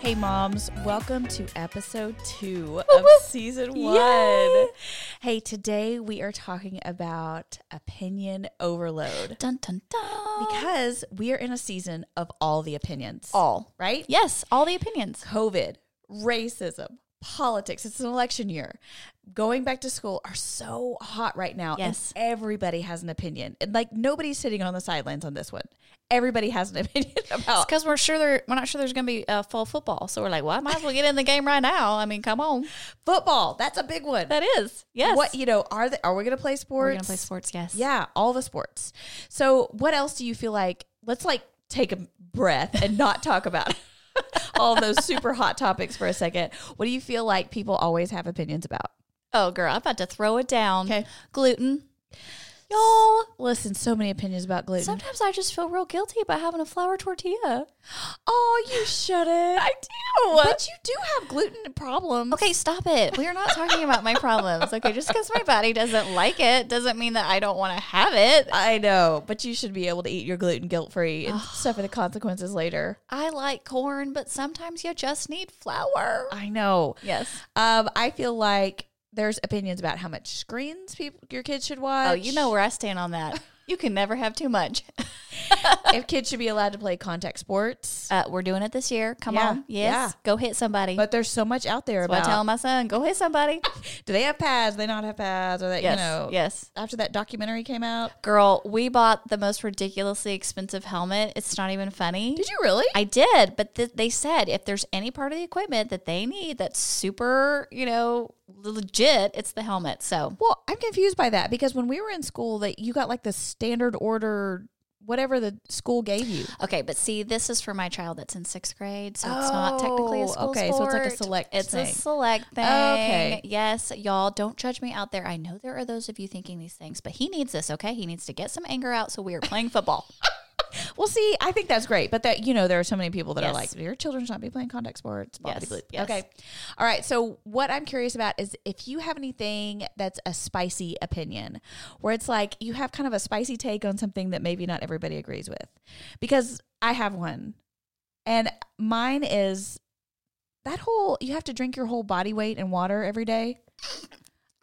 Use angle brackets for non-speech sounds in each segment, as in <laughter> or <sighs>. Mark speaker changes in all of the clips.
Speaker 1: Hey, moms, welcome to episode two of season one.
Speaker 2: Yay!
Speaker 1: Hey, today we are talking about opinion overload
Speaker 2: Dun dun dun.
Speaker 1: because we are in a season of all the opinions,
Speaker 2: all.
Speaker 1: right?
Speaker 2: Yes, all the opinions.
Speaker 1: COVID, racism, politics, it's an election year. Going back to school are so hot right now. and
Speaker 2: Yes.
Speaker 1: everybody has an opinion. And like nobody's sitting on the sidelines on this one. Everybody has an <laughs> opinion about
Speaker 2: Because we're sure there, we're not sure there's going to be uh, fall football, so we're like, well, I might as well get in the game right now. I mean, come on,
Speaker 1: football. That's a big one.
Speaker 2: that is yes.
Speaker 1: What you know, are they, are we gonna play sports?
Speaker 2: we're going to play sports? Yes.
Speaker 1: Yeah, all the sports. So what else do you feel like let's like take a breath and not <laughs> talk about all of those super hot topics for a second. What do you feel like people always have opinions about?
Speaker 2: Oh, girl, I'm about to throw it down.
Speaker 1: 'Kay.
Speaker 2: Gluten, y'all.
Speaker 1: Listen, so many opinions about gluten.
Speaker 2: Sometimes I just feel real guilty about having a flour <gasps> tortilla.
Speaker 1: oh, you shouldn't. I
Speaker 2: do.
Speaker 1: But you do have gluten problems.
Speaker 2: Okay, stop it. We are not talking about my problems. Okay, just because my body doesn't like it doesn't mean that I don't want to have it.
Speaker 1: I know, but you should be able to eat your gluten guilt free and suffer the consequences later.
Speaker 2: I like corn, but sometimes you just need flour.
Speaker 1: I know.
Speaker 2: Yes.
Speaker 1: Um, I feel like there's opinions about how much screens people your kids should watch.
Speaker 2: Oh,
Speaker 1: <laughs>
Speaker 2: you know where I stand on that. You can never have too much.
Speaker 1: if kids should be allowed to play contact sports.
Speaker 2: Uh, we're doing it this year. Come
Speaker 1: Yeah,
Speaker 2: on. Yes.
Speaker 1: yeah.
Speaker 2: Go hit somebody.
Speaker 1: But there's so much out there
Speaker 2: That's what I
Speaker 1: about.
Speaker 2: tell my son, go
Speaker 1: <laughs>
Speaker 2: hit somebody.
Speaker 1: do they have pads? Do they not have pads? Or that
Speaker 2: Yes.
Speaker 1: you know?
Speaker 2: Yes.
Speaker 1: After that documentary came out,
Speaker 2: Girl, we bought the most ridiculously expensive helmet. It's not even funny.
Speaker 1: did you really?
Speaker 2: I did, but th- they said if there's any part of the equipment that they need that's super, you know, legit, it's the helmet. So
Speaker 1: Well, I'm confused by that because when we were in school, that you got like the standard order, whatever the school gave you.
Speaker 2: okay, but see, this is for my child that's in sixth grade, so it's not technically a
Speaker 1: Oh,
Speaker 2: school
Speaker 1: okay, so it's like a
Speaker 2: sport.
Speaker 1: select
Speaker 2: It's a
Speaker 1: thing.
Speaker 2: select thing.
Speaker 1: Okay.
Speaker 2: yes, y'all don't judge me out there. I know there are those of you thinking these things, but he needs this. Okay, he needs to get some anger out. So we are playing football.
Speaker 1: Well, see, I think that's great, but that you know, there are so many people that are
Speaker 2: Yes.
Speaker 1: like, your children should not be playing contact sports. blah,
Speaker 2: Yes,
Speaker 1: blah, blah, blah."
Speaker 2: yes.
Speaker 1: Okay. All right. So, what I'm curious about is if you have anything that's a spicy opinion, where it's like you have kind of a spicy take on something that maybe not everybody agrees with, because I have one, and mine is that whole you have to drink your whole body weight in water every day.
Speaker 2: <laughs>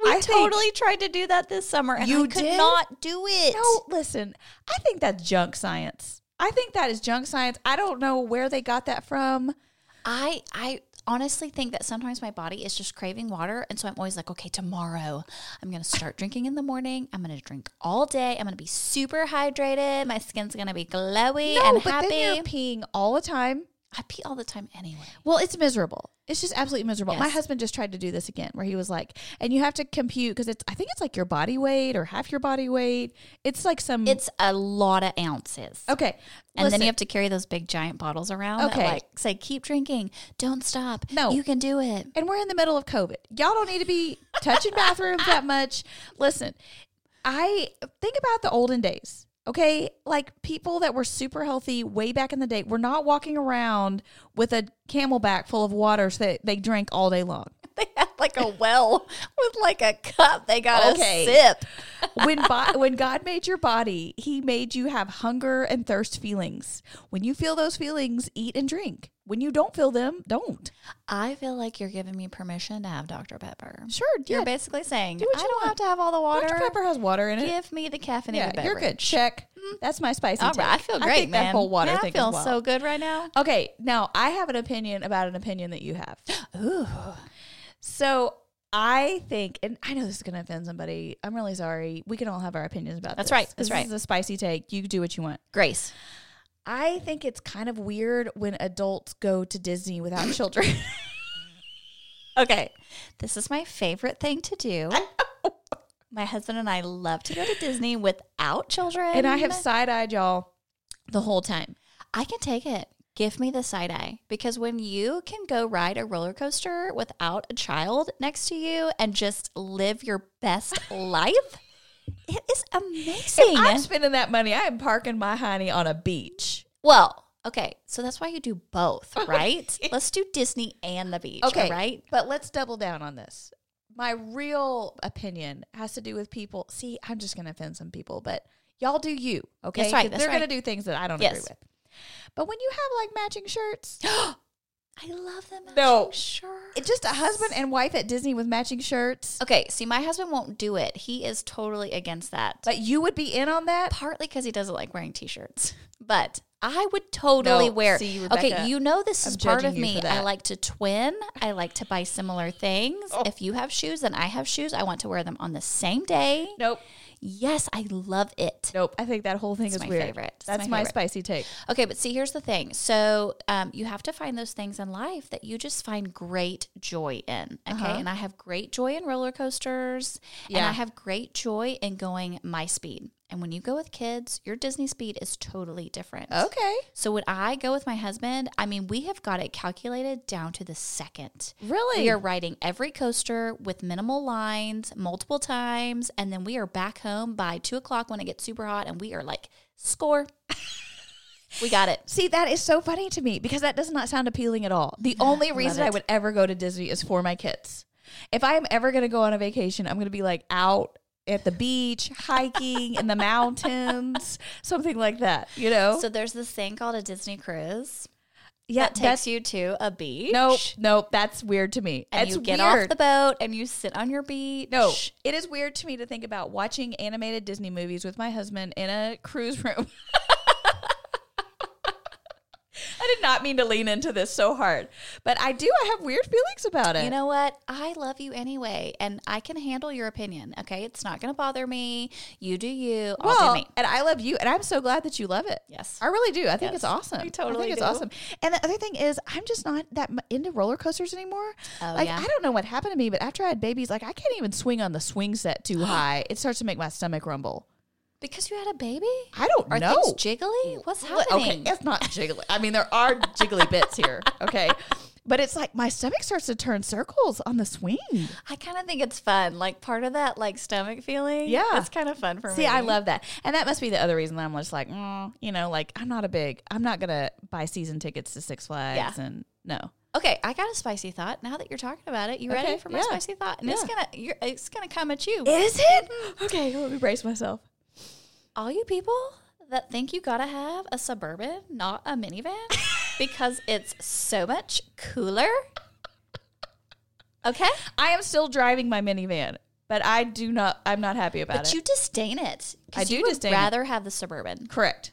Speaker 2: We
Speaker 1: I think-
Speaker 2: totally tried to do that this summer, and
Speaker 1: You
Speaker 2: I could
Speaker 1: did?
Speaker 2: not do it.
Speaker 1: No, listen, I think that's junk science. I think that is junk science. I don't know where they got that from.
Speaker 2: I I honestly think that sometimes my body is just craving water and so I'm always like, okay, tomorrow I'm going to start drinking in the morning. I'm going to drink all day. I'm going to be super hydrated. My skin's going to be glowy
Speaker 1: No,
Speaker 2: and
Speaker 1: but
Speaker 2: happy.
Speaker 1: then you're peeing all the time.
Speaker 2: I pee all the time anyway.
Speaker 1: Well, it's miserable. It's just absolutely miserable. My
Speaker 2: Yes.
Speaker 1: husband just tried to do this again, where he was like, and you have to compute because it's I think it's like your body weight or half your body weight. It's like some
Speaker 2: It's a lot of ounces.
Speaker 1: okay,
Speaker 2: And then
Speaker 1: listen,
Speaker 2: you have to carry those big giant bottles around
Speaker 1: Okay.
Speaker 2: that like say keep drinking, don't stop.
Speaker 1: No.
Speaker 2: You can do <laughs> it.
Speaker 1: and we're in the middle of COVID. Y'all don't need to be touching bathrooms that much. Listen, I think about the olden days. Okay, like people that were super healthy way back in the day were not walking around with a camelback full of water so that they drank all day long.
Speaker 2: They had like a well with like a cup they got
Speaker 1: Okay.
Speaker 2: sip.
Speaker 1: when bo- <laughs> when God made your body, He made you have hunger and thirst feelings. When you feel those feelings, eat and drink. When you don't feel them, don't.
Speaker 2: I feel like you're giving me permission to have Dr. Pepper.
Speaker 1: Sure,
Speaker 2: You're
Speaker 1: yeah.
Speaker 2: basically saying
Speaker 1: what
Speaker 2: I
Speaker 1: you
Speaker 2: don't
Speaker 1: want.
Speaker 2: have to have all the water.
Speaker 1: Dr. Pepper has water in it.
Speaker 2: Give me the caffeinated
Speaker 1: yeah,
Speaker 2: beverage.
Speaker 1: you're good. Check. That's my spicy.
Speaker 2: All right, I
Speaker 1: take.
Speaker 2: feel great,
Speaker 1: think
Speaker 2: man.
Speaker 1: That whole water
Speaker 2: Man,
Speaker 1: thing
Speaker 2: I feel
Speaker 1: is wild.
Speaker 2: so good right now.
Speaker 1: Okay, now I have an opinion about an opinion that you <gasps> have.
Speaker 2: Ooh,
Speaker 1: So I think, and I know this is going to offend somebody. I'm really sorry. We can all have our opinions about
Speaker 2: That's
Speaker 1: this.
Speaker 2: right, that's
Speaker 1: this
Speaker 2: right.
Speaker 1: is a spicy take. You do what you want.
Speaker 2: Grace.
Speaker 1: I <laughs> think it's kind of weird when adults go to Disney without children. Okay.
Speaker 2: This is my favorite thing to do. My husband and I love to go to Disney without children.
Speaker 1: And I have side eyed y'all the whole time.
Speaker 2: I can take it. Give me the side eye because when you can go ride a roller coaster without a child next to you and just live your best
Speaker 1: <laughs>
Speaker 2: life, it is amazing.
Speaker 1: If I'm spending that money. I am parking my honey on a beach.
Speaker 2: well, okay, so that's why you do
Speaker 1: <laughs>
Speaker 2: both, right? Let's do Disney and the beach, okay. right?
Speaker 1: But let's double down on this. My real opinion has to do with people. See, I'm just going to offend some people, but y'all do you. Okay.
Speaker 2: That's right,
Speaker 1: 'Cause
Speaker 2: that's
Speaker 1: They're
Speaker 2: right.
Speaker 1: going to do things that I don't agree
Speaker 2: Yes.
Speaker 1: with. But when you have like matching
Speaker 2: <gasps>
Speaker 1: shirts,
Speaker 2: I love them.
Speaker 1: No.
Speaker 2: sure.
Speaker 1: it- just a husband and wife at Disney with matching shirts,
Speaker 2: Okay, see, my husband won't do it. He is totally against that.
Speaker 1: but you would be in on that?
Speaker 2: partly because he doesn't like wearing t-shirts <laughs> but i would totally
Speaker 1: No,
Speaker 2: wear
Speaker 1: see, Rebecca,
Speaker 2: okay you know this is
Speaker 1: I'm
Speaker 2: part
Speaker 1: judging
Speaker 2: of
Speaker 1: you
Speaker 2: me
Speaker 1: for
Speaker 2: i
Speaker 1: that.
Speaker 2: like to twin i like to buy similar things
Speaker 1: Oh.
Speaker 2: if you have shoes and i have shoes i want to wear them on the same day
Speaker 1: Nope.
Speaker 2: yes i love it
Speaker 1: Nope. I think that whole thing
Speaker 2: It's
Speaker 1: is
Speaker 2: my
Speaker 1: weird.
Speaker 2: favorite. It's
Speaker 1: That's
Speaker 2: my
Speaker 1: my,
Speaker 2: favorite.
Speaker 1: spicy take.
Speaker 2: okay but see here's the thing so um, you have to find those things in life that you just find great joy in okay
Speaker 1: Uh-huh.
Speaker 2: and i have great joy in roller coasters and
Speaker 1: Yeah.
Speaker 2: i have great joy in going my speed and when you go with kids your disney speed is totally different
Speaker 1: Okay.
Speaker 2: So when I go with my husband, I mean, we have got it calculated down to the second.
Speaker 1: Really?
Speaker 2: We are riding every coaster with minimal lines multiple times, and then we are back home by two o'clock when it gets super hot, and we are like, score. we got it.
Speaker 1: See, that is so funny to me because that does not sound appealing at all.
Speaker 2: <sighs>
Speaker 1: The only reason I
Speaker 2: it.
Speaker 1: would ever go to Disney is for my kids. If I am ever going to go on a vacation, I'm going to be like out at the beach, hiking
Speaker 2: <laughs>
Speaker 1: in the mountains, something like that, you know?
Speaker 2: So there's this thing called a Disney cruise
Speaker 1: yeah,
Speaker 2: that takes you to a beach.
Speaker 1: Nope, nope, that's weird to me.
Speaker 2: And
Speaker 1: it's
Speaker 2: you get
Speaker 1: weird.
Speaker 2: off the boat and you sit on your beach.
Speaker 1: No, it is weird to me to think about watching animated Disney movies with my husband in a cruise room. <laughs> I did not mean to lean into this so hard, but I do. I have weird feelings about it.
Speaker 2: You know what? I love you anyway, and I can handle your opinion. Okay, it's not going to bother me. You do you. I'll
Speaker 1: well,
Speaker 2: do me.
Speaker 1: and I love you, and I'm so glad that you love it.
Speaker 2: Yes.
Speaker 1: I really do. I think
Speaker 2: Yes.
Speaker 1: it's awesome. I
Speaker 2: totally
Speaker 1: think it's
Speaker 2: do.
Speaker 1: awesome. And the other thing is, I'm just not that mu- into roller coasters anymore.
Speaker 2: Oh,
Speaker 1: like
Speaker 2: yeah?
Speaker 1: I don't know what happened to me, but after I had babies, like I can't even swing on the swing set
Speaker 2: <gasps>
Speaker 1: too high. It starts to make my stomach rumble.
Speaker 2: Because you had a baby?
Speaker 1: I don't
Speaker 2: Are
Speaker 1: know.
Speaker 2: things jiggly? What's
Speaker 1: Well,
Speaker 2: happening?
Speaker 1: Okay, it's not jiggly. I mean, there are jiggly bits <laughs> here. Okay. But it's like my stomach starts to turn circles on the swing.
Speaker 2: I kind of think it's fun. Like part of that, like stomach feeling.
Speaker 1: Yeah.
Speaker 2: it's kind of fun for me.
Speaker 1: See, I love that. And that must be the other reason that I'm just like, mm, you know, like I'm not a big, I'm not going to buy season tickets to Six Flags.
Speaker 2: Yeah.
Speaker 1: And no.
Speaker 2: Okay, I got a spicy thought. Now that you're talking about it, you ready
Speaker 1: Okay,
Speaker 2: for my
Speaker 1: yeah.
Speaker 2: spicy thought? And it's
Speaker 1: Yeah.
Speaker 2: gonna, you're, it's gonna come at you.
Speaker 1: Is it? Okay, let me brace myself.
Speaker 2: All you people that think you gotta have a suburban, not a minivan,
Speaker 1: <laughs>
Speaker 2: because it's so much cooler. Okay.
Speaker 1: I am still driving my minivan, but I do not, I'm not happy about
Speaker 2: But
Speaker 1: it.
Speaker 2: you disdain it. 'cause
Speaker 1: I do
Speaker 2: you would
Speaker 1: disdain it.
Speaker 2: rather have the suburban.
Speaker 1: Correct.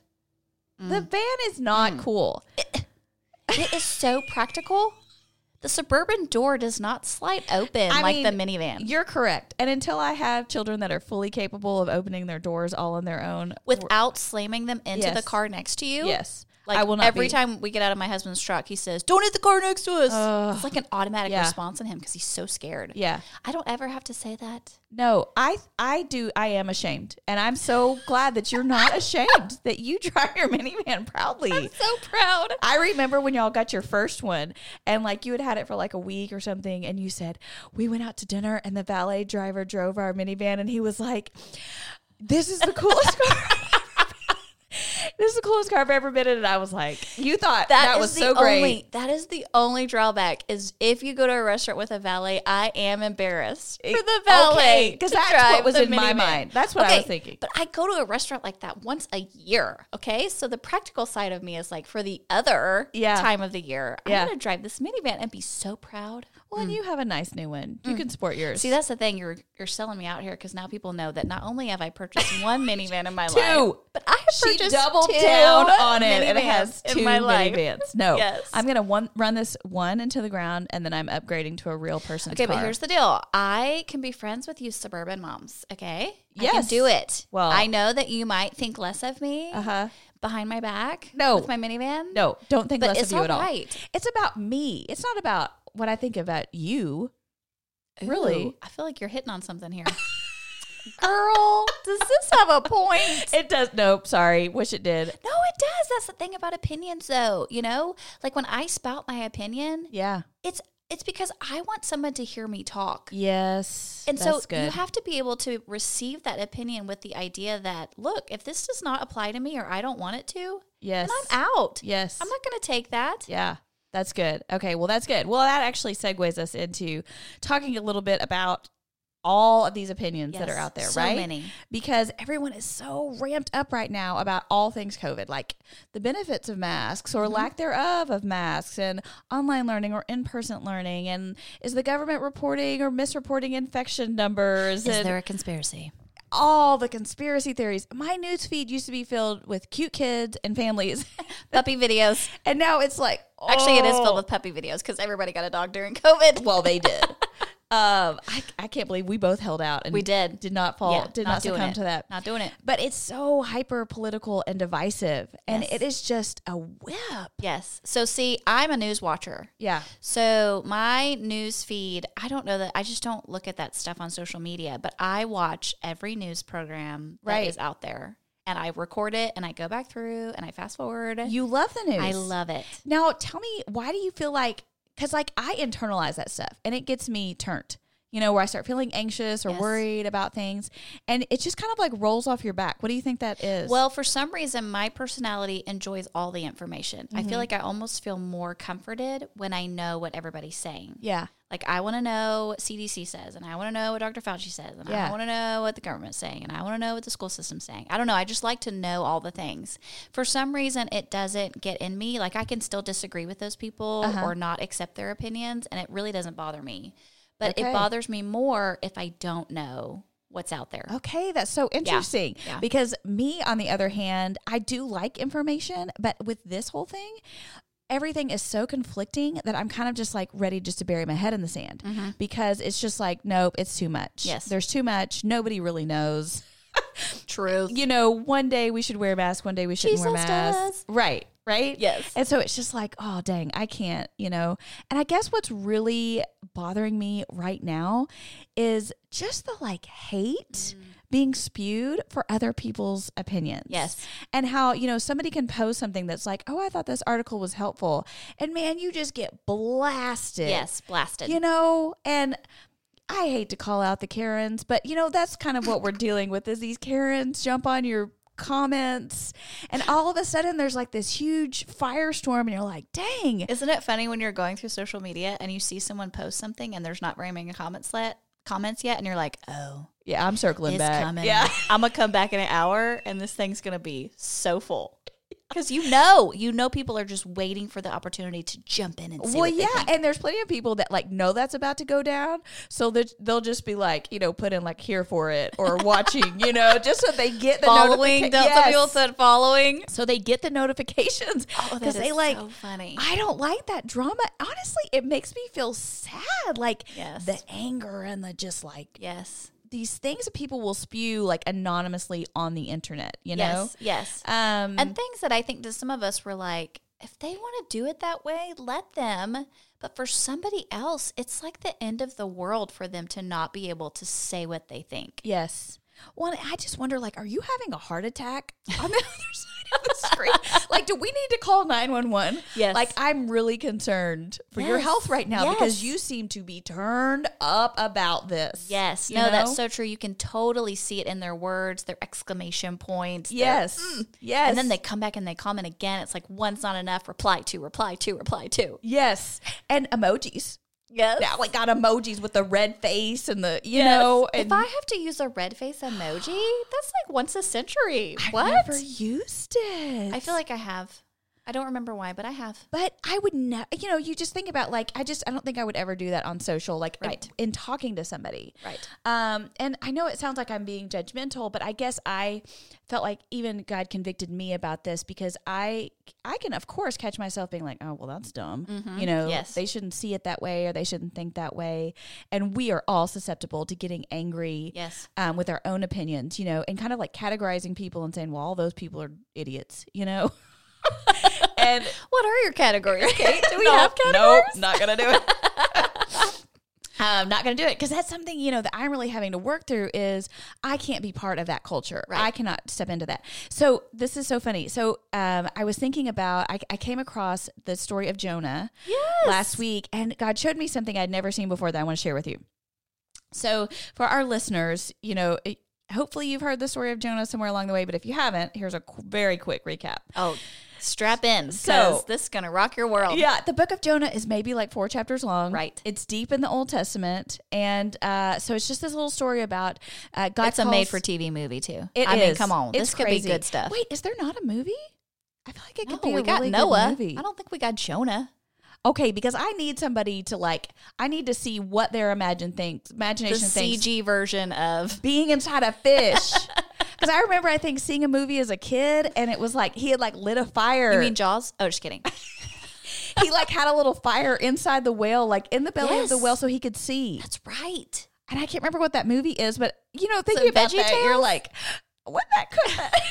Speaker 1: The van is not cool.
Speaker 2: It is so practical. The suburban door does not slide open
Speaker 1: I
Speaker 2: like the
Speaker 1: mean,
Speaker 2: minivan.
Speaker 1: You're correct. And until I have children that are fully capable of opening their doors all on their own,
Speaker 2: Without slamming them into the
Speaker 1: Yes.
Speaker 2: car next to you.
Speaker 1: yes,
Speaker 2: Like
Speaker 1: I will not
Speaker 2: every
Speaker 1: be-
Speaker 2: time we get out of my husband's truck, he says, Don't hit the car next to us.
Speaker 1: Ugh.
Speaker 2: it's like an automatic
Speaker 1: Yeah.
Speaker 2: response in him because he's so scared.
Speaker 1: Yeah,
Speaker 2: I don't ever have to say that.
Speaker 1: no, I I do. I am ashamed, and I'm so glad that you're not ashamed that you drive your minivan proudly.
Speaker 2: So proud.
Speaker 1: I remember when y'all got your first one and like you had had it for like a week or something and you said, "We went out to dinner and the valet driver drove our minivan and he was like, this is the coolest car." This is the coolest car I've ever been in, and I was like, "You thought that,
Speaker 2: that is
Speaker 1: was
Speaker 2: the
Speaker 1: so great."
Speaker 2: Only, that is the only drawback is if you go to a restaurant with a valet, I am embarrassed for the valet
Speaker 1: because
Speaker 2: to
Speaker 1: E, that's
Speaker 2: drive
Speaker 1: what was
Speaker 2: the
Speaker 1: in my
Speaker 2: minivan.
Speaker 1: mind. That's what I
Speaker 2: Okay,
Speaker 1: was thinking.
Speaker 2: But I go to a restaurant like that once a year. Okay, so the practical side of me is like for the other
Speaker 1: Yeah.
Speaker 2: time of the year,
Speaker 1: Yeah.
Speaker 2: I'm gonna drive this minivan and be so proud.
Speaker 1: Well, and you have a nice new one. You can sport yours.
Speaker 2: See, that's the thing you're you're selling me out here because now people know that not only have I purchased one minivan in my life,
Speaker 1: <laughs> Two.
Speaker 2: but I have
Speaker 1: she
Speaker 2: purchased
Speaker 1: doubled
Speaker 2: two
Speaker 1: down on it and it has
Speaker 2: minivans
Speaker 1: two
Speaker 2: in my life.
Speaker 1: minivans. No,
Speaker 2: Yes.
Speaker 1: I'm gonna one run this one into the ground and then I'm upgrading to a real person's
Speaker 2: Okay,
Speaker 1: car.
Speaker 2: but here's the deal. I can be friends with you suburban moms, okay? I can
Speaker 1: Yes.
Speaker 2: do it.
Speaker 1: Well-
Speaker 2: I know that you might think less of me
Speaker 1: uh huh.
Speaker 2: behind my back.
Speaker 1: No.
Speaker 2: With my minivan.
Speaker 1: No, don't think
Speaker 2: But
Speaker 1: less
Speaker 2: it's
Speaker 1: of you
Speaker 2: all
Speaker 1: at all.
Speaker 2: right.
Speaker 1: It's about me. It's not about what I think about you. Really?
Speaker 2: Ooh, I feel like you're hitting on something
Speaker 1: <laughs>
Speaker 2: here.
Speaker 1: Girl, does this have a <laughs> point? It does. Nope. Sorry. Wish it did.
Speaker 2: no, it does. That's the thing about opinions, though. You know, like when I spout my opinion,
Speaker 1: Yeah.
Speaker 2: it's it's because I want someone to hear me talk.
Speaker 1: Yes.
Speaker 2: And
Speaker 1: that's
Speaker 2: so
Speaker 1: good.
Speaker 2: you have to be able to receive that opinion with the idea that, look, if this does not apply to me or I don't want it to,
Speaker 1: yes.
Speaker 2: then I'm out.
Speaker 1: Yes.
Speaker 2: I'm not going to take that.
Speaker 1: Yeah, that's good. Okay, well, that's good. Well, that actually segues us into talking a little bit about all of these opinions that
Speaker 2: Yes,
Speaker 1: are out there,
Speaker 2: so
Speaker 1: right?
Speaker 2: many.
Speaker 1: Because everyone is so ramped up right now about all things COVID, like the benefits of masks
Speaker 2: Mm-hmm.
Speaker 1: or lack thereof of masks and online learning or in person learning. And is the government reporting or misreporting infection numbers?
Speaker 2: Is
Speaker 1: and
Speaker 2: there a conspiracy?
Speaker 1: all the conspiracy theories. My news feed used to be filled with cute kids and families. <laughs>
Speaker 2: Puppy videos.
Speaker 1: and now it's like,
Speaker 2: Actually, it is
Speaker 1: oh.
Speaker 2: filled with puppy videos because everybody got a dog during COVID.
Speaker 1: Well, they did. um, I, I can't believe we both held out and
Speaker 2: We did.
Speaker 1: Did not fall.
Speaker 2: Yeah,
Speaker 1: did
Speaker 2: not
Speaker 1: not,
Speaker 2: doing
Speaker 1: succumb
Speaker 2: it.
Speaker 1: to that.
Speaker 2: Not doing it.
Speaker 1: But it's so hyper political and divisive, and
Speaker 2: Yes.
Speaker 1: it is just a whip.
Speaker 2: <laughs> Yes. So, see, I'm a news watcher.
Speaker 1: Yeah.
Speaker 2: So, my news feed, I don't know that I just don't look at that stuff on social media, but I watch every news program that is
Speaker 1: Right.
Speaker 2: out there and I record it and I go back through and I fast forward.
Speaker 1: You love the news.
Speaker 2: I love it.
Speaker 1: Now, tell me, why do you feel like? Because like I internalize that stuff, and it gets me turned. You know, where I start feeling anxious or
Speaker 2: Yes.
Speaker 1: worried about things, and it just kind of like rolls off your back. What do you think that is?
Speaker 2: Well, for some reason, my personality enjoys all the information. I
Speaker 1: Mm-hmm.
Speaker 2: feel like I almost feel more comforted when I know what everybody's saying.
Speaker 1: yeah,
Speaker 2: Like I want to know what CDC says, and I want to know what Dr. Fauci says, and I
Speaker 1: Yeah.
Speaker 2: want to know what the government's saying, and I want to know what the school system's saying. I don't know. I just like to know all the things. For some reason, it doesn't get in me. Like I can still disagree with those people
Speaker 1: Uh-huh.
Speaker 2: or not accept their opinions, and it really doesn't bother me. But it
Speaker 1: Okay.
Speaker 2: bothers me more if I don't know what's out there.
Speaker 1: Okay, that's so interesting.
Speaker 2: Yeah.
Speaker 1: Because me, on the other hand, I do like information, but with this whole thing, everything is so conflicting that I'm kind of just like ready just to bury my head in the sand because it's just like, nope, it's too much.
Speaker 2: Mm-hmm. Yes.
Speaker 1: There's too much. Nobody really knows.
Speaker 2: Truth.
Speaker 1: You know, one day we should wear a mask, one day we shouldn't wear
Speaker 2: Jesus
Speaker 1: masks.
Speaker 2: does.
Speaker 1: Right, right?
Speaker 2: Yes.
Speaker 1: And so it's just like, oh, dang, I can't, you know. And I guess what's really bothering me right now is just the like hate
Speaker 2: Mm.
Speaker 1: being spewed for other people's opinions.
Speaker 2: Yes.
Speaker 1: And how, you know, somebody can post something that's like, oh, I thought this article was helpful. And man, you just get blasted.
Speaker 2: Yes. Blasted.
Speaker 1: You know, and I hate to call out the Karens, but you know, that's kind of what we're dealing with is these Karens jump on your comments and all of a sudden there's like this huge firestorm and you're like, dang.
Speaker 2: Isn't it funny when you're going through social media and you see someone post something and there's not very many comments let comments yet, and you're like, oh,
Speaker 1: Yeah, I'm circling
Speaker 2: it's
Speaker 1: back.
Speaker 2: coming. <laughs>
Speaker 1: Yeah.
Speaker 2: I'm gonna come back in an hour, and this thing's gonna be so full because you know, you know, people are just waiting for the opportunity to jump in and see.
Speaker 1: Well,
Speaker 2: what they
Speaker 1: yeah,
Speaker 2: think.
Speaker 1: and there's plenty of people that like know that's about to go down, so that they'll just be like, you know, put in like here for it or watching, you know, just so they get the
Speaker 2: following.
Speaker 1: notifica-
Speaker 2: Don't some people
Speaker 1: Yes.
Speaker 2: said following?
Speaker 1: so they get the notifications
Speaker 2: <laughs> Oh, that
Speaker 1: because
Speaker 2: is
Speaker 1: they like
Speaker 2: so funny.
Speaker 1: I don't like that drama. Honestly, it makes me feel sad. Like
Speaker 2: Yes.
Speaker 1: the anger and the just like
Speaker 2: yes,
Speaker 1: these things that people will spew like anonymously on the internet, you know?
Speaker 2: yes, yes,
Speaker 1: Um
Speaker 2: and things that I think to some of us were like, if they want to do it that way, let them. But for somebody else, it's like the end of the world for them to not be able to say what they think.
Speaker 1: yes. Well, and I just wonder like are you having a heart attack on the <laughs> other side of the
Speaker 2: <laughs>
Speaker 1: screen? like do we need to call 911?
Speaker 2: Yes.
Speaker 1: Like I'm really concerned for your
Speaker 2: Yes.
Speaker 1: health right now because
Speaker 2: Yes.
Speaker 1: you seem to be turned up about this.
Speaker 2: Yes.
Speaker 1: You
Speaker 2: no, that's
Speaker 1: know?
Speaker 2: so true. You can totally see it in their words, their exclamation points. their-
Speaker 1: Yes. Yes.
Speaker 2: Mm. And then they come back and they comment again. It's like one's not enough. Reply to, reply to, reply to.
Speaker 1: Yes. And emojis.
Speaker 2: Yes.
Speaker 1: now I got emojis with the red face and the you
Speaker 2: Yes.
Speaker 1: know
Speaker 2: if
Speaker 1: Oh, and
Speaker 2: I have to use a red face emoji, that's like once a century.
Speaker 1: I've
Speaker 2: what?
Speaker 1: never used it.
Speaker 2: I feel like I have. I don't remember why, but I have.
Speaker 1: but I would never you know you just think about like I just I don't think I would ever do that on social like in-
Speaker 2: Right.
Speaker 1: in, talking to somebody
Speaker 2: Right.
Speaker 1: um and I know it sounds like I'm being judgmental but I guess I felt like even God convicted me about this because I I can of course catch myself being like oh well that's dumb you know
Speaker 2: Mm-hmm. Yes.
Speaker 1: they shouldn't see it that way or they shouldn't think that way and we are all susceptible to getting angry
Speaker 2: Yes.
Speaker 1: um, with our own opinions, you know, and kind of like categorizing people and saying, well, all those people are idiots, you
Speaker 2: <laughs>
Speaker 1: know? <laughs> and
Speaker 2: <laughs> What are your categories, Kate? Do we
Speaker 1: No,
Speaker 2: have categories?
Speaker 1: <laughs> Nope, not going to do it. I'm Um, not going to do it because that's something you know that I'm really having to work through is I can't be part of that culture.
Speaker 2: Right.
Speaker 1: I cannot step into that. So this is so funny. So um, I was thinking about I, I came across the story of Jonah last week, and God showed me something I'd never seen before that I want to share with you. So for our listeners, you know. It, Hopefully, you've heard the story of Jonah somewhere along the way, but if you haven't, here's a qu- very quick recap.
Speaker 2: Oh, strap in. So
Speaker 1: So-
Speaker 2: this is gonna rock your world.
Speaker 1: Yeah, the book of Jonah is maybe like four chapters long.
Speaker 2: Right.
Speaker 1: It's deep in the Old Testament, and uh, so it's just this little story about uh, God.
Speaker 2: That's a
Speaker 1: calls-
Speaker 2: made-for-TV movie too.
Speaker 1: It
Speaker 2: I mean,
Speaker 1: is.
Speaker 2: come on,
Speaker 1: It's
Speaker 2: this could
Speaker 1: crazy.
Speaker 2: be good stuff.
Speaker 1: Wait, is there not a movie? I feel like it
Speaker 2: no,
Speaker 1: could be
Speaker 2: we
Speaker 1: a
Speaker 2: got
Speaker 1: really
Speaker 2: Noah.
Speaker 1: good movie.
Speaker 2: I don't think we got Jonah.
Speaker 1: Okay, because I need somebody to like. I need to see what their imagine thinks,
Speaker 2: The
Speaker 1: imagination thinks
Speaker 2: CG version of
Speaker 1: being inside a <laughs> fish. Because I remember, I think seeing a movie as a kid, and it was like he had like lit a fire.
Speaker 2: you mean Jaws? Oh, just <laughs> kidding.
Speaker 1: he like had a little fire inside the whale, like in the belly of the
Speaker 2: Yes.
Speaker 1: whale, so he could see.
Speaker 2: That's right.
Speaker 1: and I can't remember what that movie is, but you know, thinking about
Speaker 2: Veggie
Speaker 1: that, you're
Speaker 2: Tales?
Speaker 1: like, what that could <laughs>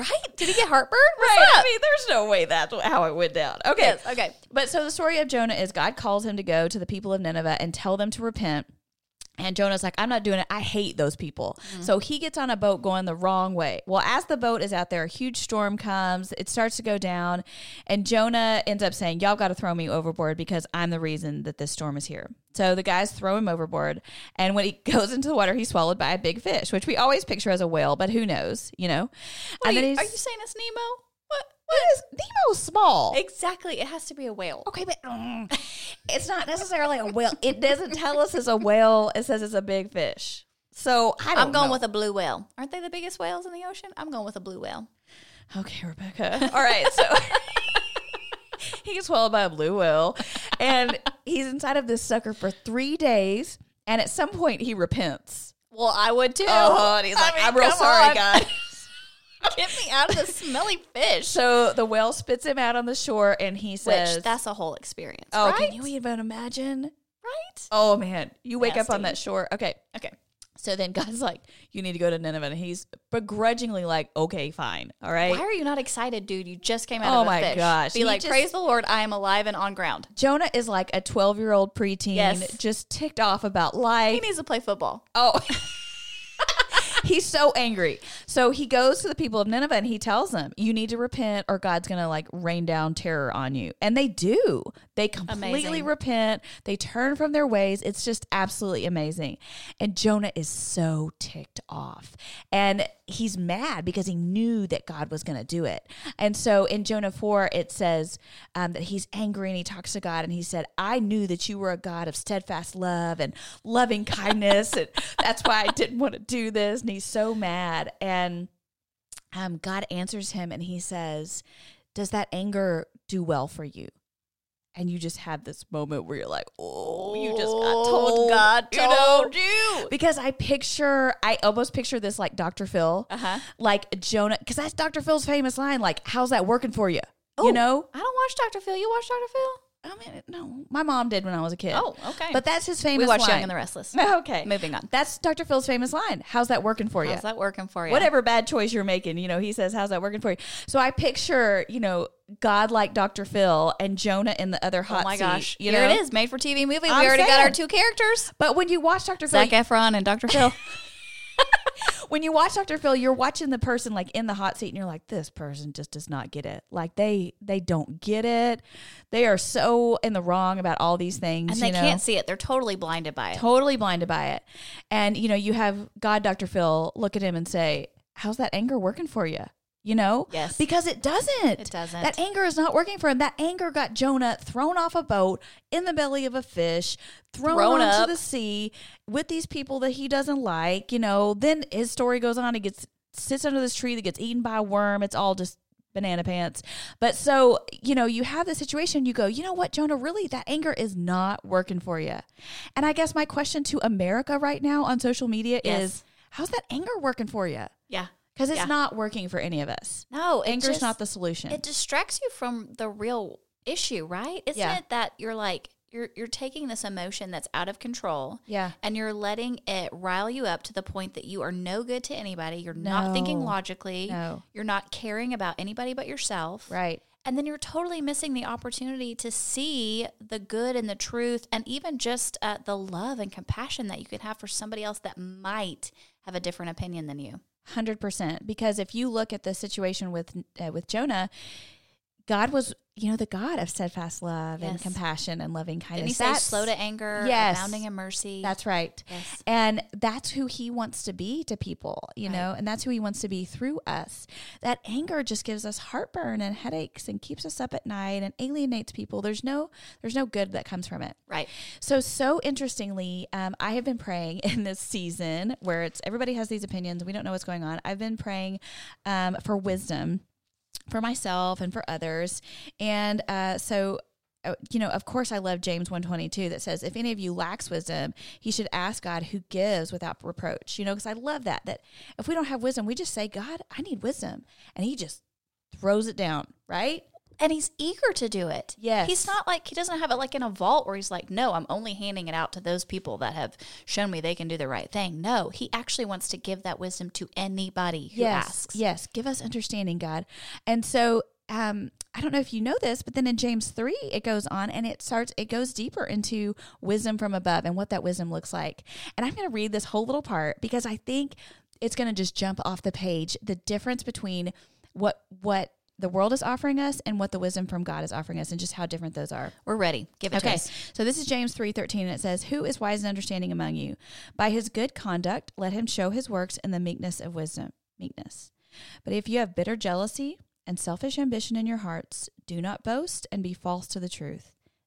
Speaker 2: Right? Did he get heartburn? What's
Speaker 1: right? I
Speaker 2: up?
Speaker 1: mean, there's no way that's how it went down. Okay,
Speaker 2: Yes, okay.
Speaker 1: But so the story of Jonah is God calls him to go to the people of Nineveh and tell them to repent. And Jonah's like, I'm not doing it. I hate those people. So he gets on a boat going the wrong way. Well, as the boat is out there, a huge storm comes. It starts to go down. And Jonah ends up saying, Y'all got to throw me overboard because I'm the reason that this storm is here. So the guys throw him overboard. And when he <laughs> goes into the water, he's swallowed by a big fish, which we always picture as a whale, but who knows, you know?
Speaker 2: What
Speaker 1: and
Speaker 2: are,
Speaker 1: then
Speaker 2: you,
Speaker 1: he's,
Speaker 2: are you saying it's Nemo? What?
Speaker 1: what is Nemo's small?
Speaker 2: Exactly. It has to be a whale.
Speaker 1: Okay, but mm, it's not necessarily a whale. It doesn't tell us it's a whale. It says it's a big fish. So I don't
Speaker 2: I'm going
Speaker 1: know.
Speaker 2: with a blue whale. Aren't they the biggest whales in the ocean? I'm going with a blue whale.
Speaker 1: Okay, Rebecca. <laughs> All right, so he gets swallowed by a blue whale, and he's inside of this sucker for three days. And at some point, he repents.
Speaker 2: Well, I would too.
Speaker 1: Oh, and he's like, "I'm real sorry, <laughs> guys."
Speaker 2: <laughs> Get me out of the smelly fish.
Speaker 1: So the whale spits him out on the shore, and he says,
Speaker 2: Which that's a whole experience.
Speaker 1: "Oh,
Speaker 2: right?
Speaker 1: can you even imagine?"
Speaker 2: right?
Speaker 1: Oh man, you wake up
Speaker 2: Nasty.
Speaker 1: on that shore. Okay,
Speaker 2: Okay.
Speaker 1: So then God's <laughs> like, you need to go to Nineveh. And he's begrudgingly like, okay, fine. All right.
Speaker 2: Why are you not excited, dude? You just came out
Speaker 1: Oh
Speaker 2: of a
Speaker 1: my
Speaker 2: fish.
Speaker 1: gosh.
Speaker 2: Be
Speaker 1: You
Speaker 2: like,
Speaker 1: just-
Speaker 2: praise the Lord, I am alive and on ground.
Speaker 1: Jonah is like a 12 year old preteen,
Speaker 2: Yes.
Speaker 1: just ticked off about
Speaker 2: He
Speaker 1: life.
Speaker 2: needs to play football.
Speaker 1: Oh. <laughs>
Speaker 2: <laughs>
Speaker 1: He's so angry. So he goes to the people of Nineveh and he tells them, You need to repent or God's going to like rain down terror on you. And they do. They completely
Speaker 2: Amazing.
Speaker 1: repent. They turn from their ways. It's just absolutely amazing. And Jonah is so ticked off. And he's mad because he knew that God was going to do it. And so in Jonah 4, it says um, that he's angry and he talks to God and he said, I knew that you were a God of steadfast love and loving kindness. and that's why I didn't want to do this. And he's so mad. And um, God answers him and he says, Does that anger do well for you? And you just have this moment where you're like, Oh, you just got told God, you know?
Speaker 2: you.
Speaker 1: Because I picture, I almost picture this like Dr. Phil,
Speaker 2: Uh-huh.
Speaker 1: like Jonah, because that's Dr. Phil's famous line, like, How's that working for you?
Speaker 2: Oh.
Speaker 1: You know?
Speaker 2: I don't watch Dr. Phil. You watch Dr. Phil?
Speaker 1: I mean, no, my mom did when I was a kid.
Speaker 2: Oh, okay.
Speaker 1: But that's his famous
Speaker 2: we watch
Speaker 1: line.
Speaker 2: Young and the Restless.
Speaker 1: <laughs> Okay.
Speaker 2: Moving on.
Speaker 1: That's Dr. Phil's famous line. How's that working for you?
Speaker 2: How's that working for you?
Speaker 1: whatever bad choice you're making, you know, he says, How's that working for you? So I picture, you know, God like Dr. Phil and Jonah in the other hot
Speaker 2: Oh my
Speaker 1: seat,
Speaker 2: gosh.
Speaker 1: You
Speaker 2: Here
Speaker 1: know?
Speaker 2: it is. Made for TV movie. we
Speaker 1: I'm
Speaker 2: already got our
Speaker 1: saying.
Speaker 2: two characters.
Speaker 1: But when you watch Dr. Phil,
Speaker 2: Zac Efron
Speaker 1: <laughs>
Speaker 2: and Dr. Phil.
Speaker 1: when you watch Dr. Phil, you're watching the person like in the hot seat and you're like, this person just does not get it. Like they they don't get it. They are so in the wrong about all these things.
Speaker 2: and they
Speaker 1: you know?
Speaker 2: can't see it. They're totally blinded by it.
Speaker 1: totally blinded by it. And you know, you have God, Dr. Phil, look at him and say, "How's that anger working for you?" You know,
Speaker 2: Yes.
Speaker 1: because it doesn't.
Speaker 2: It doesn't.
Speaker 1: That anger is not working for him. That anger got Jonah thrown off a boat in the belly of a fish, thrown,
Speaker 2: Thrown
Speaker 1: onto
Speaker 2: up.
Speaker 1: the sea with these people that he doesn't like. You know, then his story goes on. He gets sits under this tree that gets eaten by a worm. It's all just banana pants. But so, you know, you have the situation, you go, you know what, Jonah, really, that anger is not working for you. And I guess my question to America right now on social media
Speaker 2: Yes.
Speaker 1: is how's that anger working for you?
Speaker 2: Yeah.
Speaker 1: Because it's
Speaker 2: Yeah.
Speaker 1: not working for any of us.
Speaker 2: No, it
Speaker 1: Anger's
Speaker 2: just-
Speaker 1: not the solution.
Speaker 2: It distracts you from the real issue, right? Isn't
Speaker 1: Yeah.
Speaker 2: it that you're like you're you're taking this emotion that's out of control
Speaker 1: yeah.
Speaker 2: and you're letting it rile you up to the point that you are no good to anybody. You're not thinking
Speaker 1: No.
Speaker 2: logically.
Speaker 1: No.
Speaker 2: You're not caring about anybody but yourself.
Speaker 1: Right.
Speaker 2: And then you're totally missing the opportunity to see the good and the truth, and even just uh, the love and compassion that you could have for somebody else that might have a different opinion than you.
Speaker 1: Hundred percent. Because if you look at the situation with uh, with Jonah, God was, you know, the God of steadfast love and
Speaker 2: Yes.
Speaker 1: compassion and loving
Speaker 2: Didn't he
Speaker 1: kindness.
Speaker 2: say
Speaker 1: That's-
Speaker 2: slow to anger,
Speaker 1: Yes.
Speaker 2: abounding in mercy?
Speaker 1: That's right.
Speaker 2: Yes.
Speaker 1: And that's who he wants to be to people, you
Speaker 2: Right.
Speaker 1: know, and that's who he wants to be through us. That anger just gives us heartburn and headaches and keeps us up at night and alienates people. There's no there's no good that comes from it.
Speaker 2: right.
Speaker 1: So, so interestingly, um, I have been praying <laughs> in this season where it's everybody has these opinions. We don't know what's going on. I've been praying um, for wisdom for myself and for others. And uh, so, uh, you know, of course, I love James 122 that says, if any of you lacks wisdom, he should ask God who gives without reproach. You know, because I love that, that if we don't have wisdom, we just say, God, I need wisdom. And he just throws it down, right?
Speaker 2: And he's eager to do it.
Speaker 1: Yes.
Speaker 2: He's not like, he doesn't have it like in a vault where he's like, no, I'm only handing it out to those people that have shown me they can do the right thing. No, he actually wants to give that wisdom to anybody who
Speaker 1: yes,
Speaker 2: asks.
Speaker 1: Yes, give us understanding, God. And so um, I don't know if you know this, but then in James 3, it goes on and it starts, it goes deeper into wisdom from above and what that wisdom looks like. And I'm going to read this whole little part because I think it's going to just jump off the page the difference between what, what, the world is offering us and what the wisdom from God is offering us and just how different those are.
Speaker 2: We're ready. Give it to
Speaker 1: Okay.
Speaker 2: us.
Speaker 1: So this is James 3:13 and it says, "Who is wise and understanding among you? By his good conduct let him show his works in the meekness of wisdom, meekness. But if you have bitter jealousy and selfish ambition in your hearts, do not boast and be false to the truth.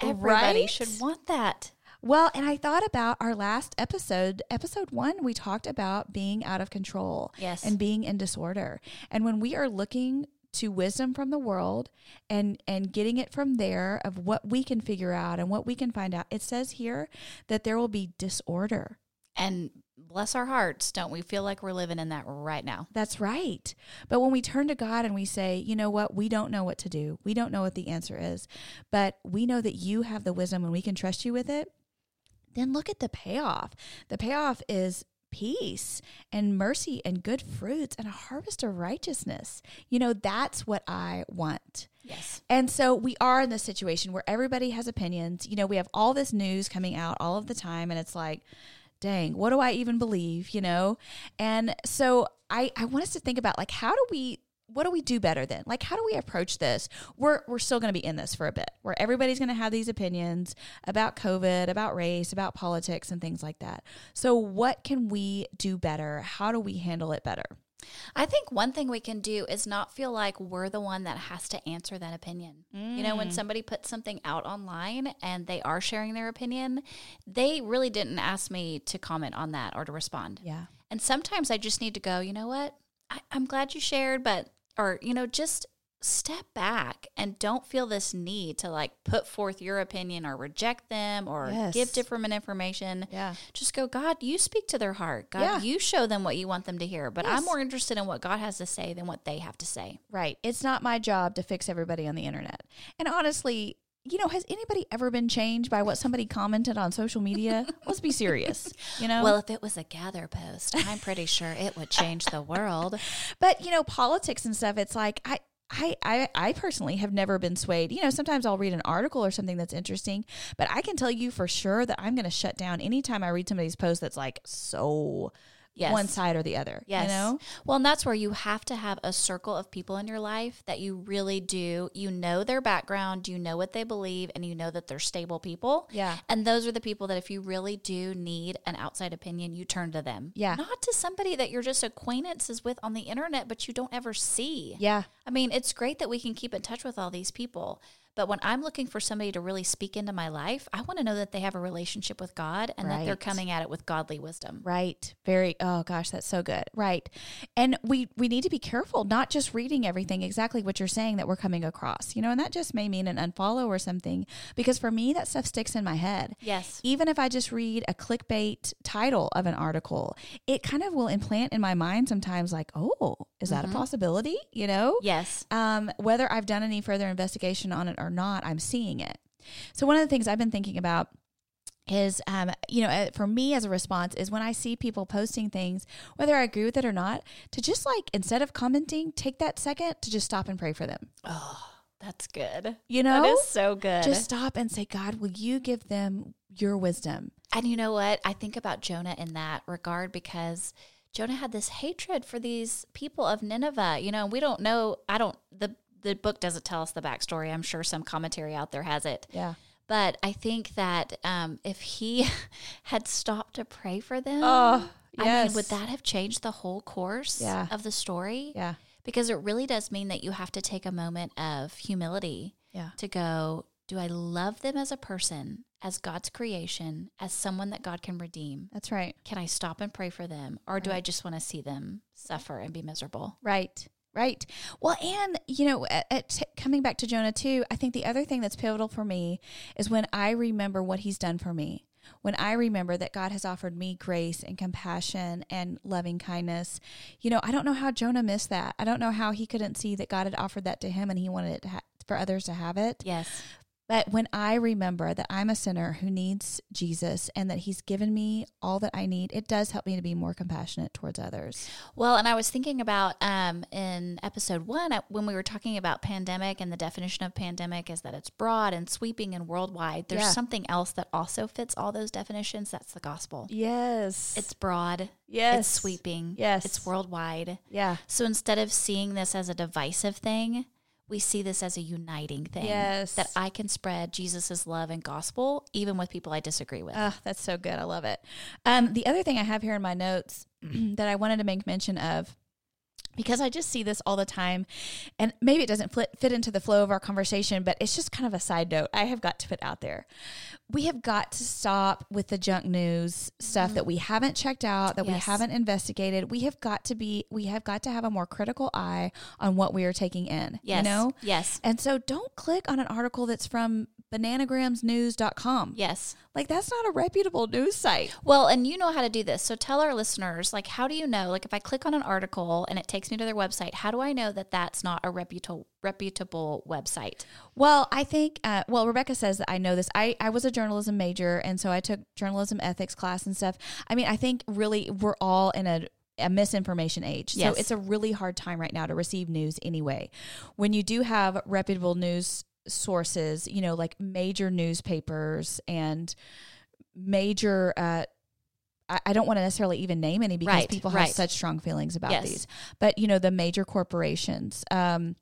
Speaker 2: Everybody
Speaker 1: Right?
Speaker 2: should want that.
Speaker 1: Well, and I thought about our last episode, episode one, we talked about being out of control
Speaker 2: Yes.
Speaker 1: and being in disorder. And when we are looking to wisdom from the world and and getting it from there of what we can figure out and what we can find out, it says here that there will be disorder.
Speaker 2: And bless our hearts, don't we feel like we're living in that right now?
Speaker 1: That's right. But when we turn to God and we say, you know what, we don't know what to do, we don't know what the answer is, but we know that you have the wisdom and we can trust you with it, then look at the payoff. The payoff is peace and mercy and good fruits and a harvest of righteousness. You know, that's what I want.
Speaker 2: Yes.
Speaker 1: And so we are in this situation where everybody has opinions. You know, we have all this news coming out all of the time, and it's like, dang, what do I even believe? You know? And so I, I want us to think about like, how do we, what do we do better then? Like, how do we approach this? We're, we're still going to be in this for a bit where everybody's going to have these opinions about COVID, about race, about politics, and things like that. So, what can we do better? How do we handle it better?
Speaker 2: I think one thing we can do is not feel like we're the one that has to answer that opinion. You know, when somebody puts something out online and they are sharing their opinion, they really didn't ask me to comment on that or to respond.
Speaker 1: Yeah.
Speaker 2: And sometimes I just need to go, you know what? I, I'm glad you shared, but, or, you know, just step back and don't feel this need to like put forth your opinion or reject them or
Speaker 1: Yes.
Speaker 2: give different information.
Speaker 1: Yeah.
Speaker 2: Just go, God, you speak to their heart. God,
Speaker 1: Yeah.
Speaker 2: you show them what you want them to hear. But
Speaker 1: Yes.
Speaker 2: I'm more interested in what God has to say than what they have to say.
Speaker 1: Right. It's not my job to fix everybody on the internet. And honestly, you know, has anybody ever been changed by what somebody commented on social
Speaker 2: <laughs>
Speaker 1: media? Let's be serious. You know?
Speaker 2: Well, if it was a gather post, I'm pretty sure it would change the <laughs> world.
Speaker 1: but you know, politics and stuff, it's like I I, I, I personally have never been swayed. You know, sometimes I'll read an article or something that's interesting, but I can tell you for sure that I'm going to shut down anytime I read somebody's post that's like so
Speaker 2: Yes.
Speaker 1: one side or the other.
Speaker 2: Yes.
Speaker 1: You know?
Speaker 2: Well, and that's where you have to have a circle of people in your life that you really do. You know their background, you know what they believe, and you know that they're stable people.
Speaker 1: Yeah.
Speaker 2: And those are the people that if you really do need an outside opinion, you turn to them.
Speaker 1: Yeah.
Speaker 2: Not to somebody that you're just acquaintances with on the internet, but you don't ever see.
Speaker 1: Yeah.
Speaker 2: I mean, it's great that we can keep in touch with all these people, But when I'm looking for somebody to really speak into my life, I want to know that they have a relationship with God and that they're
Speaker 1: Right.
Speaker 2: coming at it with godly wisdom.
Speaker 1: Right. Very oh gosh, that's so good. Right. And we we need to be careful not just reading everything exactly what you're saying that we're coming across. You know, and that just may mean an unfollow or something because for me that stuff sticks in my head.
Speaker 2: Yes.
Speaker 1: Even if I just read a clickbait title of an article, it kind of will implant in my mind sometimes like, "Oh, is that a possibility?" you know?
Speaker 2: Yes.
Speaker 1: um, whether I've done any further investigation on it or not, I'm seeing it. So one of the things I've been thinking about is, um, you know, uh, for me as a response is when I see people posting things, whether I agree with it or not, to just like instead of commenting, take that second to just stop and pray for them.
Speaker 2: That's good.
Speaker 1: You know,
Speaker 2: That is so good.
Speaker 1: just stop and say, God, will you give them your wisdom?
Speaker 2: And you know what? I think about Jonah in that regard because Jonah had this hatred for these people of Nineveh. You know, we don't know. I don't. The the book doesn't tell us the backstory. I'm sure some commentary out there has it.
Speaker 1: Yeah.
Speaker 2: But I think that um, if he <laughs> had stopped to pray for them,
Speaker 1: Oh,
Speaker 2: I
Speaker 1: yes.
Speaker 2: mean, would that have changed the whole course
Speaker 1: Yeah.
Speaker 2: of the story?
Speaker 1: Yeah.
Speaker 2: Because it really does mean that you have to take a moment of humility
Speaker 1: Yeah.
Speaker 2: to go, do I love them as a person, as God's creation, as someone that God can redeem?
Speaker 1: That's right.
Speaker 2: Can I stop and pray for them? Or do I just want to see them suffer and be miserable?
Speaker 1: Right. Right. Well, and you know, at, at t- coming back to Jonah too, I think the other thing that's pivotal for me is when I remember what he's done for me. When I remember that God has offered me grace and compassion and loving kindness, you know, I don't know how Jonah missed that. I don't know how he couldn't see that God had offered that to him and he wanted it to ha- for others to have it.
Speaker 2: Yes.
Speaker 1: But when I remember that I'm a sinner who needs Jesus and that he's given me all that I need, it does help me to be more compassionate towards others.
Speaker 2: Well, and I was thinking about um, in episode one I- when we were talking about pandemic and the definition of pandemic is that it's broad and sweeping and worldwide. There's
Speaker 1: Yeah.
Speaker 2: something else that also fits all those definitions. That's the gospel.
Speaker 1: Yes.
Speaker 2: It's broad.
Speaker 1: yes.
Speaker 2: It's sweeping.
Speaker 1: Yes.
Speaker 2: It's worldwide.
Speaker 1: Yeah.
Speaker 2: So instead of seeing this as a divisive thing, we see this as a uniting thing.
Speaker 1: Yes.
Speaker 2: That I can spread Jesus' love and gospel even with people I disagree with.
Speaker 1: Oh, that's so good. I love it. Um, the other thing I have here in my notes <clears throat> that I wanted to make mention of, because I just see this all the time, and maybe it doesn't fit, fit into the flow of our conversation, but it's just kind of a side note I have got to put out there. We have got to stop with the junk news stuff that we haven't checked out, that we
Speaker 2: Mm-hmm. Yes.
Speaker 1: haven't investigated. We have got to be, we have got to have a more critical eye on what we are taking in.
Speaker 2: yes.
Speaker 1: You know?
Speaker 2: Yes.
Speaker 1: And so don't click on an article that's from bananagramsnews.com.
Speaker 2: Yes.
Speaker 1: Like that's not a reputable news site.
Speaker 2: Well, and you know how to do this. So tell our listeners, like, how do you know? Like, if I click on an article and it takes me to their website, how do I know that that's not a reputable reputable website?
Speaker 1: Well, I think. Uh, well, Rebecca says that I know this. I I was a journalism major, and so I took journalism ethics class and stuff. I mean, I think really we're all in a a misinformation age.
Speaker 2: Yes.
Speaker 1: So it's a really hard time right now to receive news anyway. When you do have reputable news sources, you know, like major newspapers and major uh I I don't want to necessarily even name any because
Speaker 2: Right,
Speaker 1: people
Speaker 2: right.
Speaker 1: have such strong feelings about
Speaker 2: Yes.
Speaker 1: these. But you know, the major corporations, um,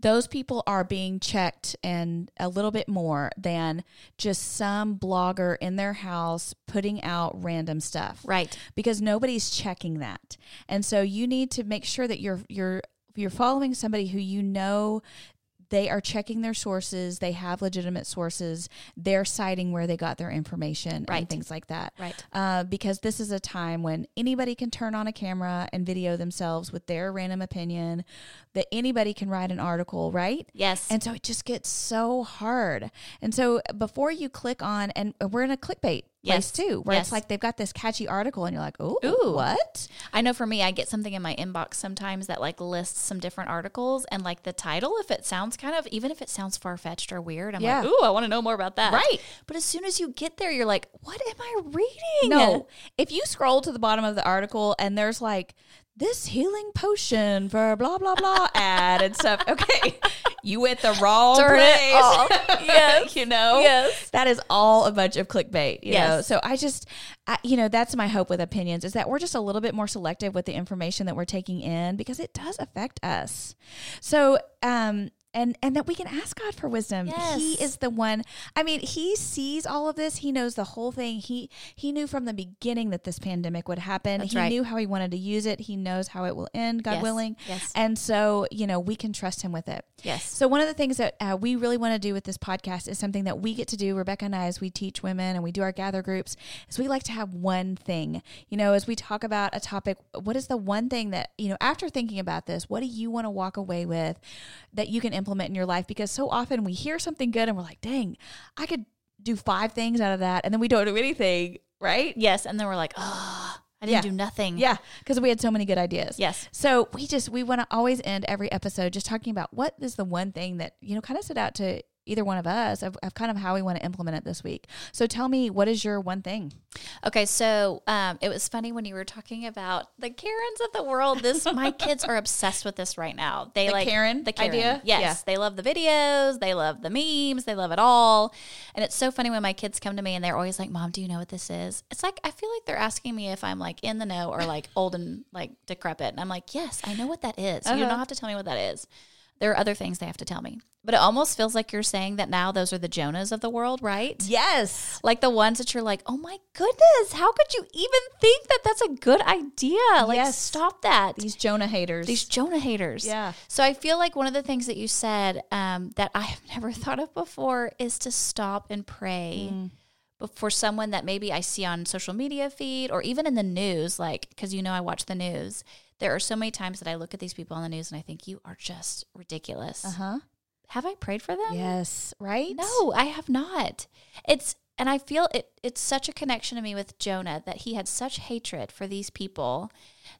Speaker 1: those people are being checked and a little bit more than just some blogger in their house putting out random stuff
Speaker 2: Right.
Speaker 1: because nobody's checking that. And so you need to make sure that you're you're you're following somebody who you know they are checking their sources, they have legitimate sources, they're citing where they got their information
Speaker 2: Right.
Speaker 1: and things like that.
Speaker 2: Right.
Speaker 1: Uh, because this is a time when anybody can turn on a camera and video themselves with their random opinion, that anybody can write an article, right?
Speaker 2: Yes.
Speaker 1: And so it just gets so hard. And so before you click on, and we're in a clickbait
Speaker 2: Yes.
Speaker 1: place too, where
Speaker 2: Yes.
Speaker 1: it's like they've got this catchy article and you're like, ooh,
Speaker 2: Ooh.
Speaker 1: what?
Speaker 2: I know for me, I get something in my inbox sometimes that like lists some different articles and like the title, if it sounds kind of, even if it sounds far fetched or weird, I'm
Speaker 1: Yeah.
Speaker 2: like, ooh, I want to know more about that.
Speaker 1: Right.
Speaker 2: But as soon as you get there, you're like, what am I reading?
Speaker 1: No. If you scroll to the bottom of the article and there's like, this healing potion for blah, blah,
Speaker 2: <laughs>
Speaker 1: blah ad and stuff, okay, <laughs> you went the wrong
Speaker 2: Turn
Speaker 1: place. <laughs>
Speaker 2: it off. Yes.
Speaker 1: you know?
Speaker 2: Yes.
Speaker 1: That is all a bunch of clickbait, you
Speaker 2: Yes.
Speaker 1: know? So I just, I, you know, that's my hope with opinions is that we're just a little bit more selective with the information that we're taking in because it does affect us. So, um, and and that we can ask God for wisdom. He
Speaker 2: Yes.
Speaker 1: is the one. I mean, he sees all of this. He knows the whole thing. He he knew from the beginning that this pandemic would happen.
Speaker 2: That's
Speaker 1: he
Speaker 2: right.
Speaker 1: knew how he wanted to use it. He knows how it will end, God
Speaker 2: Yes.
Speaker 1: willing.
Speaker 2: Yes.
Speaker 1: And so, you know, we can trust him with it.
Speaker 2: Yes.
Speaker 1: So one of the things that uh, we really want to do with this podcast is something that we get to do, Rebecca and I, as we teach women and we do our gather groups, is we like to have one thing. You know, as we talk about a topic, what is the one thing that you know after thinking about this, what do you want to walk away with that you can implement in your life? Because so often we hear something good and we're like, "Dang, I could do five things out of that," and then we don't do anything, right?
Speaker 2: <laughs> Yes. And then we're like, oh, I didn't
Speaker 1: Yeah.
Speaker 2: do nothing.
Speaker 1: Yeah, because we had so many good ideas.
Speaker 2: Yes.
Speaker 1: So we just we want to always end every episode just talking about what is the one thing that you know kind of stood out to either one of us of, of kind of how we want to implement it this week. So tell me, what is your one thing?
Speaker 2: Okay, so um, it was funny when you were talking about the Karens of the world. This
Speaker 1: <laughs>
Speaker 2: my kids are obsessed with this right now. They
Speaker 1: The
Speaker 2: like
Speaker 1: Karen
Speaker 2: the Karen.
Speaker 1: idea?
Speaker 2: Yes,
Speaker 1: Yeah.
Speaker 2: they love the videos, they love the memes, they love it all. And it's so funny when my kids come to me and they're always like, "Mom, do you know what this is?" It's like I feel like they're asking me if I'm like in the know or like old and like decrepit, and I'm like, "Yes, I know what that is. You
Speaker 1: Uh-huh.
Speaker 2: don't have to tell me what that is." There are other things they have to tell me, but it almost feels like you're saying that now those are the Jonas of the world, right?
Speaker 1: Yes.
Speaker 2: like the ones that you're like, oh my goodness, how could you even think that that's a good idea? Like,
Speaker 1: Yes.
Speaker 2: stop that.
Speaker 1: These
Speaker 2: These,
Speaker 1: Jonah haters.
Speaker 2: Jonah haters.
Speaker 1: Yeah.
Speaker 2: So I feel like one of the things that you said um, that I have <laughs> never thought of before is to stop and pray.
Speaker 1: Mm.
Speaker 2: But for someone that maybe I see on social media feed or even in the news, like, because you know I watch the news, there are so many times that I look at these people on the news and I think, you are just ridiculous.
Speaker 1: huh.
Speaker 2: Have I prayed for them?
Speaker 1: Yes. Right.
Speaker 2: No, I have not. It's and I feel it it's such a connection to me with Jonah that he had such hatred for these people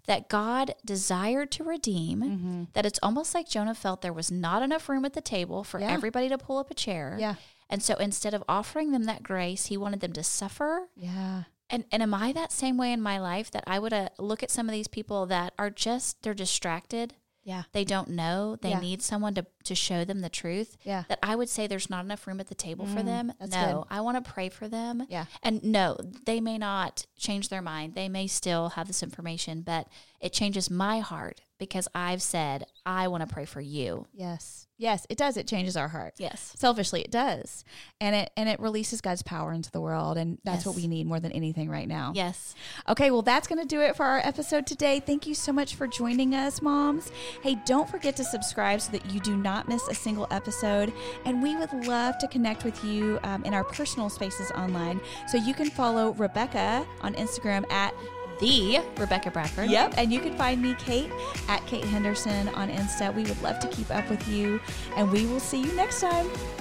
Speaker 2: that God desired to redeem
Speaker 1: Mm-hmm.
Speaker 2: that it's almost like Jonah felt there was not enough room at the table for
Speaker 1: Yeah.
Speaker 2: everybody to pull up a chair.
Speaker 1: Yeah.
Speaker 2: And so instead of offering them that grace, he wanted them to suffer.
Speaker 1: Yeah.
Speaker 2: And and am I that same way in my life that I would uh, look at some of these people that are just they're distracted
Speaker 1: Yeah.
Speaker 2: they don't know they
Speaker 1: Yeah.
Speaker 2: need someone to, to show them the truth
Speaker 1: Yeah.
Speaker 2: that i would say there's not enough room at the table for
Speaker 1: Mm,
Speaker 2: them
Speaker 1: that's
Speaker 2: no i want to pray for them
Speaker 1: Yeah.
Speaker 2: and no they may not change their mind they may still have this information but it changes my heart because i've said i want to pray for you
Speaker 1: Yes. Yes. It does. It changes our heart.
Speaker 2: yes
Speaker 1: Selfishly, it does, and it and it releases God's power into the world, and that's
Speaker 2: Yes.
Speaker 1: what we need more than anything right now.
Speaker 2: yes
Speaker 1: Okay, well, that's going to do it for our episode today. Thank you so much for joining us, moms. Hey, don't forget to subscribe so that you do not miss a single episode. And we would love to connect with you um, in our personal spaces online. So you can follow Rebecca on Instagram at
Speaker 2: the rebecca bradford
Speaker 1: Yep, and you can find me, Kate, at Kate Henderson on Insta. We would love to keep up with you, and we will see you next time.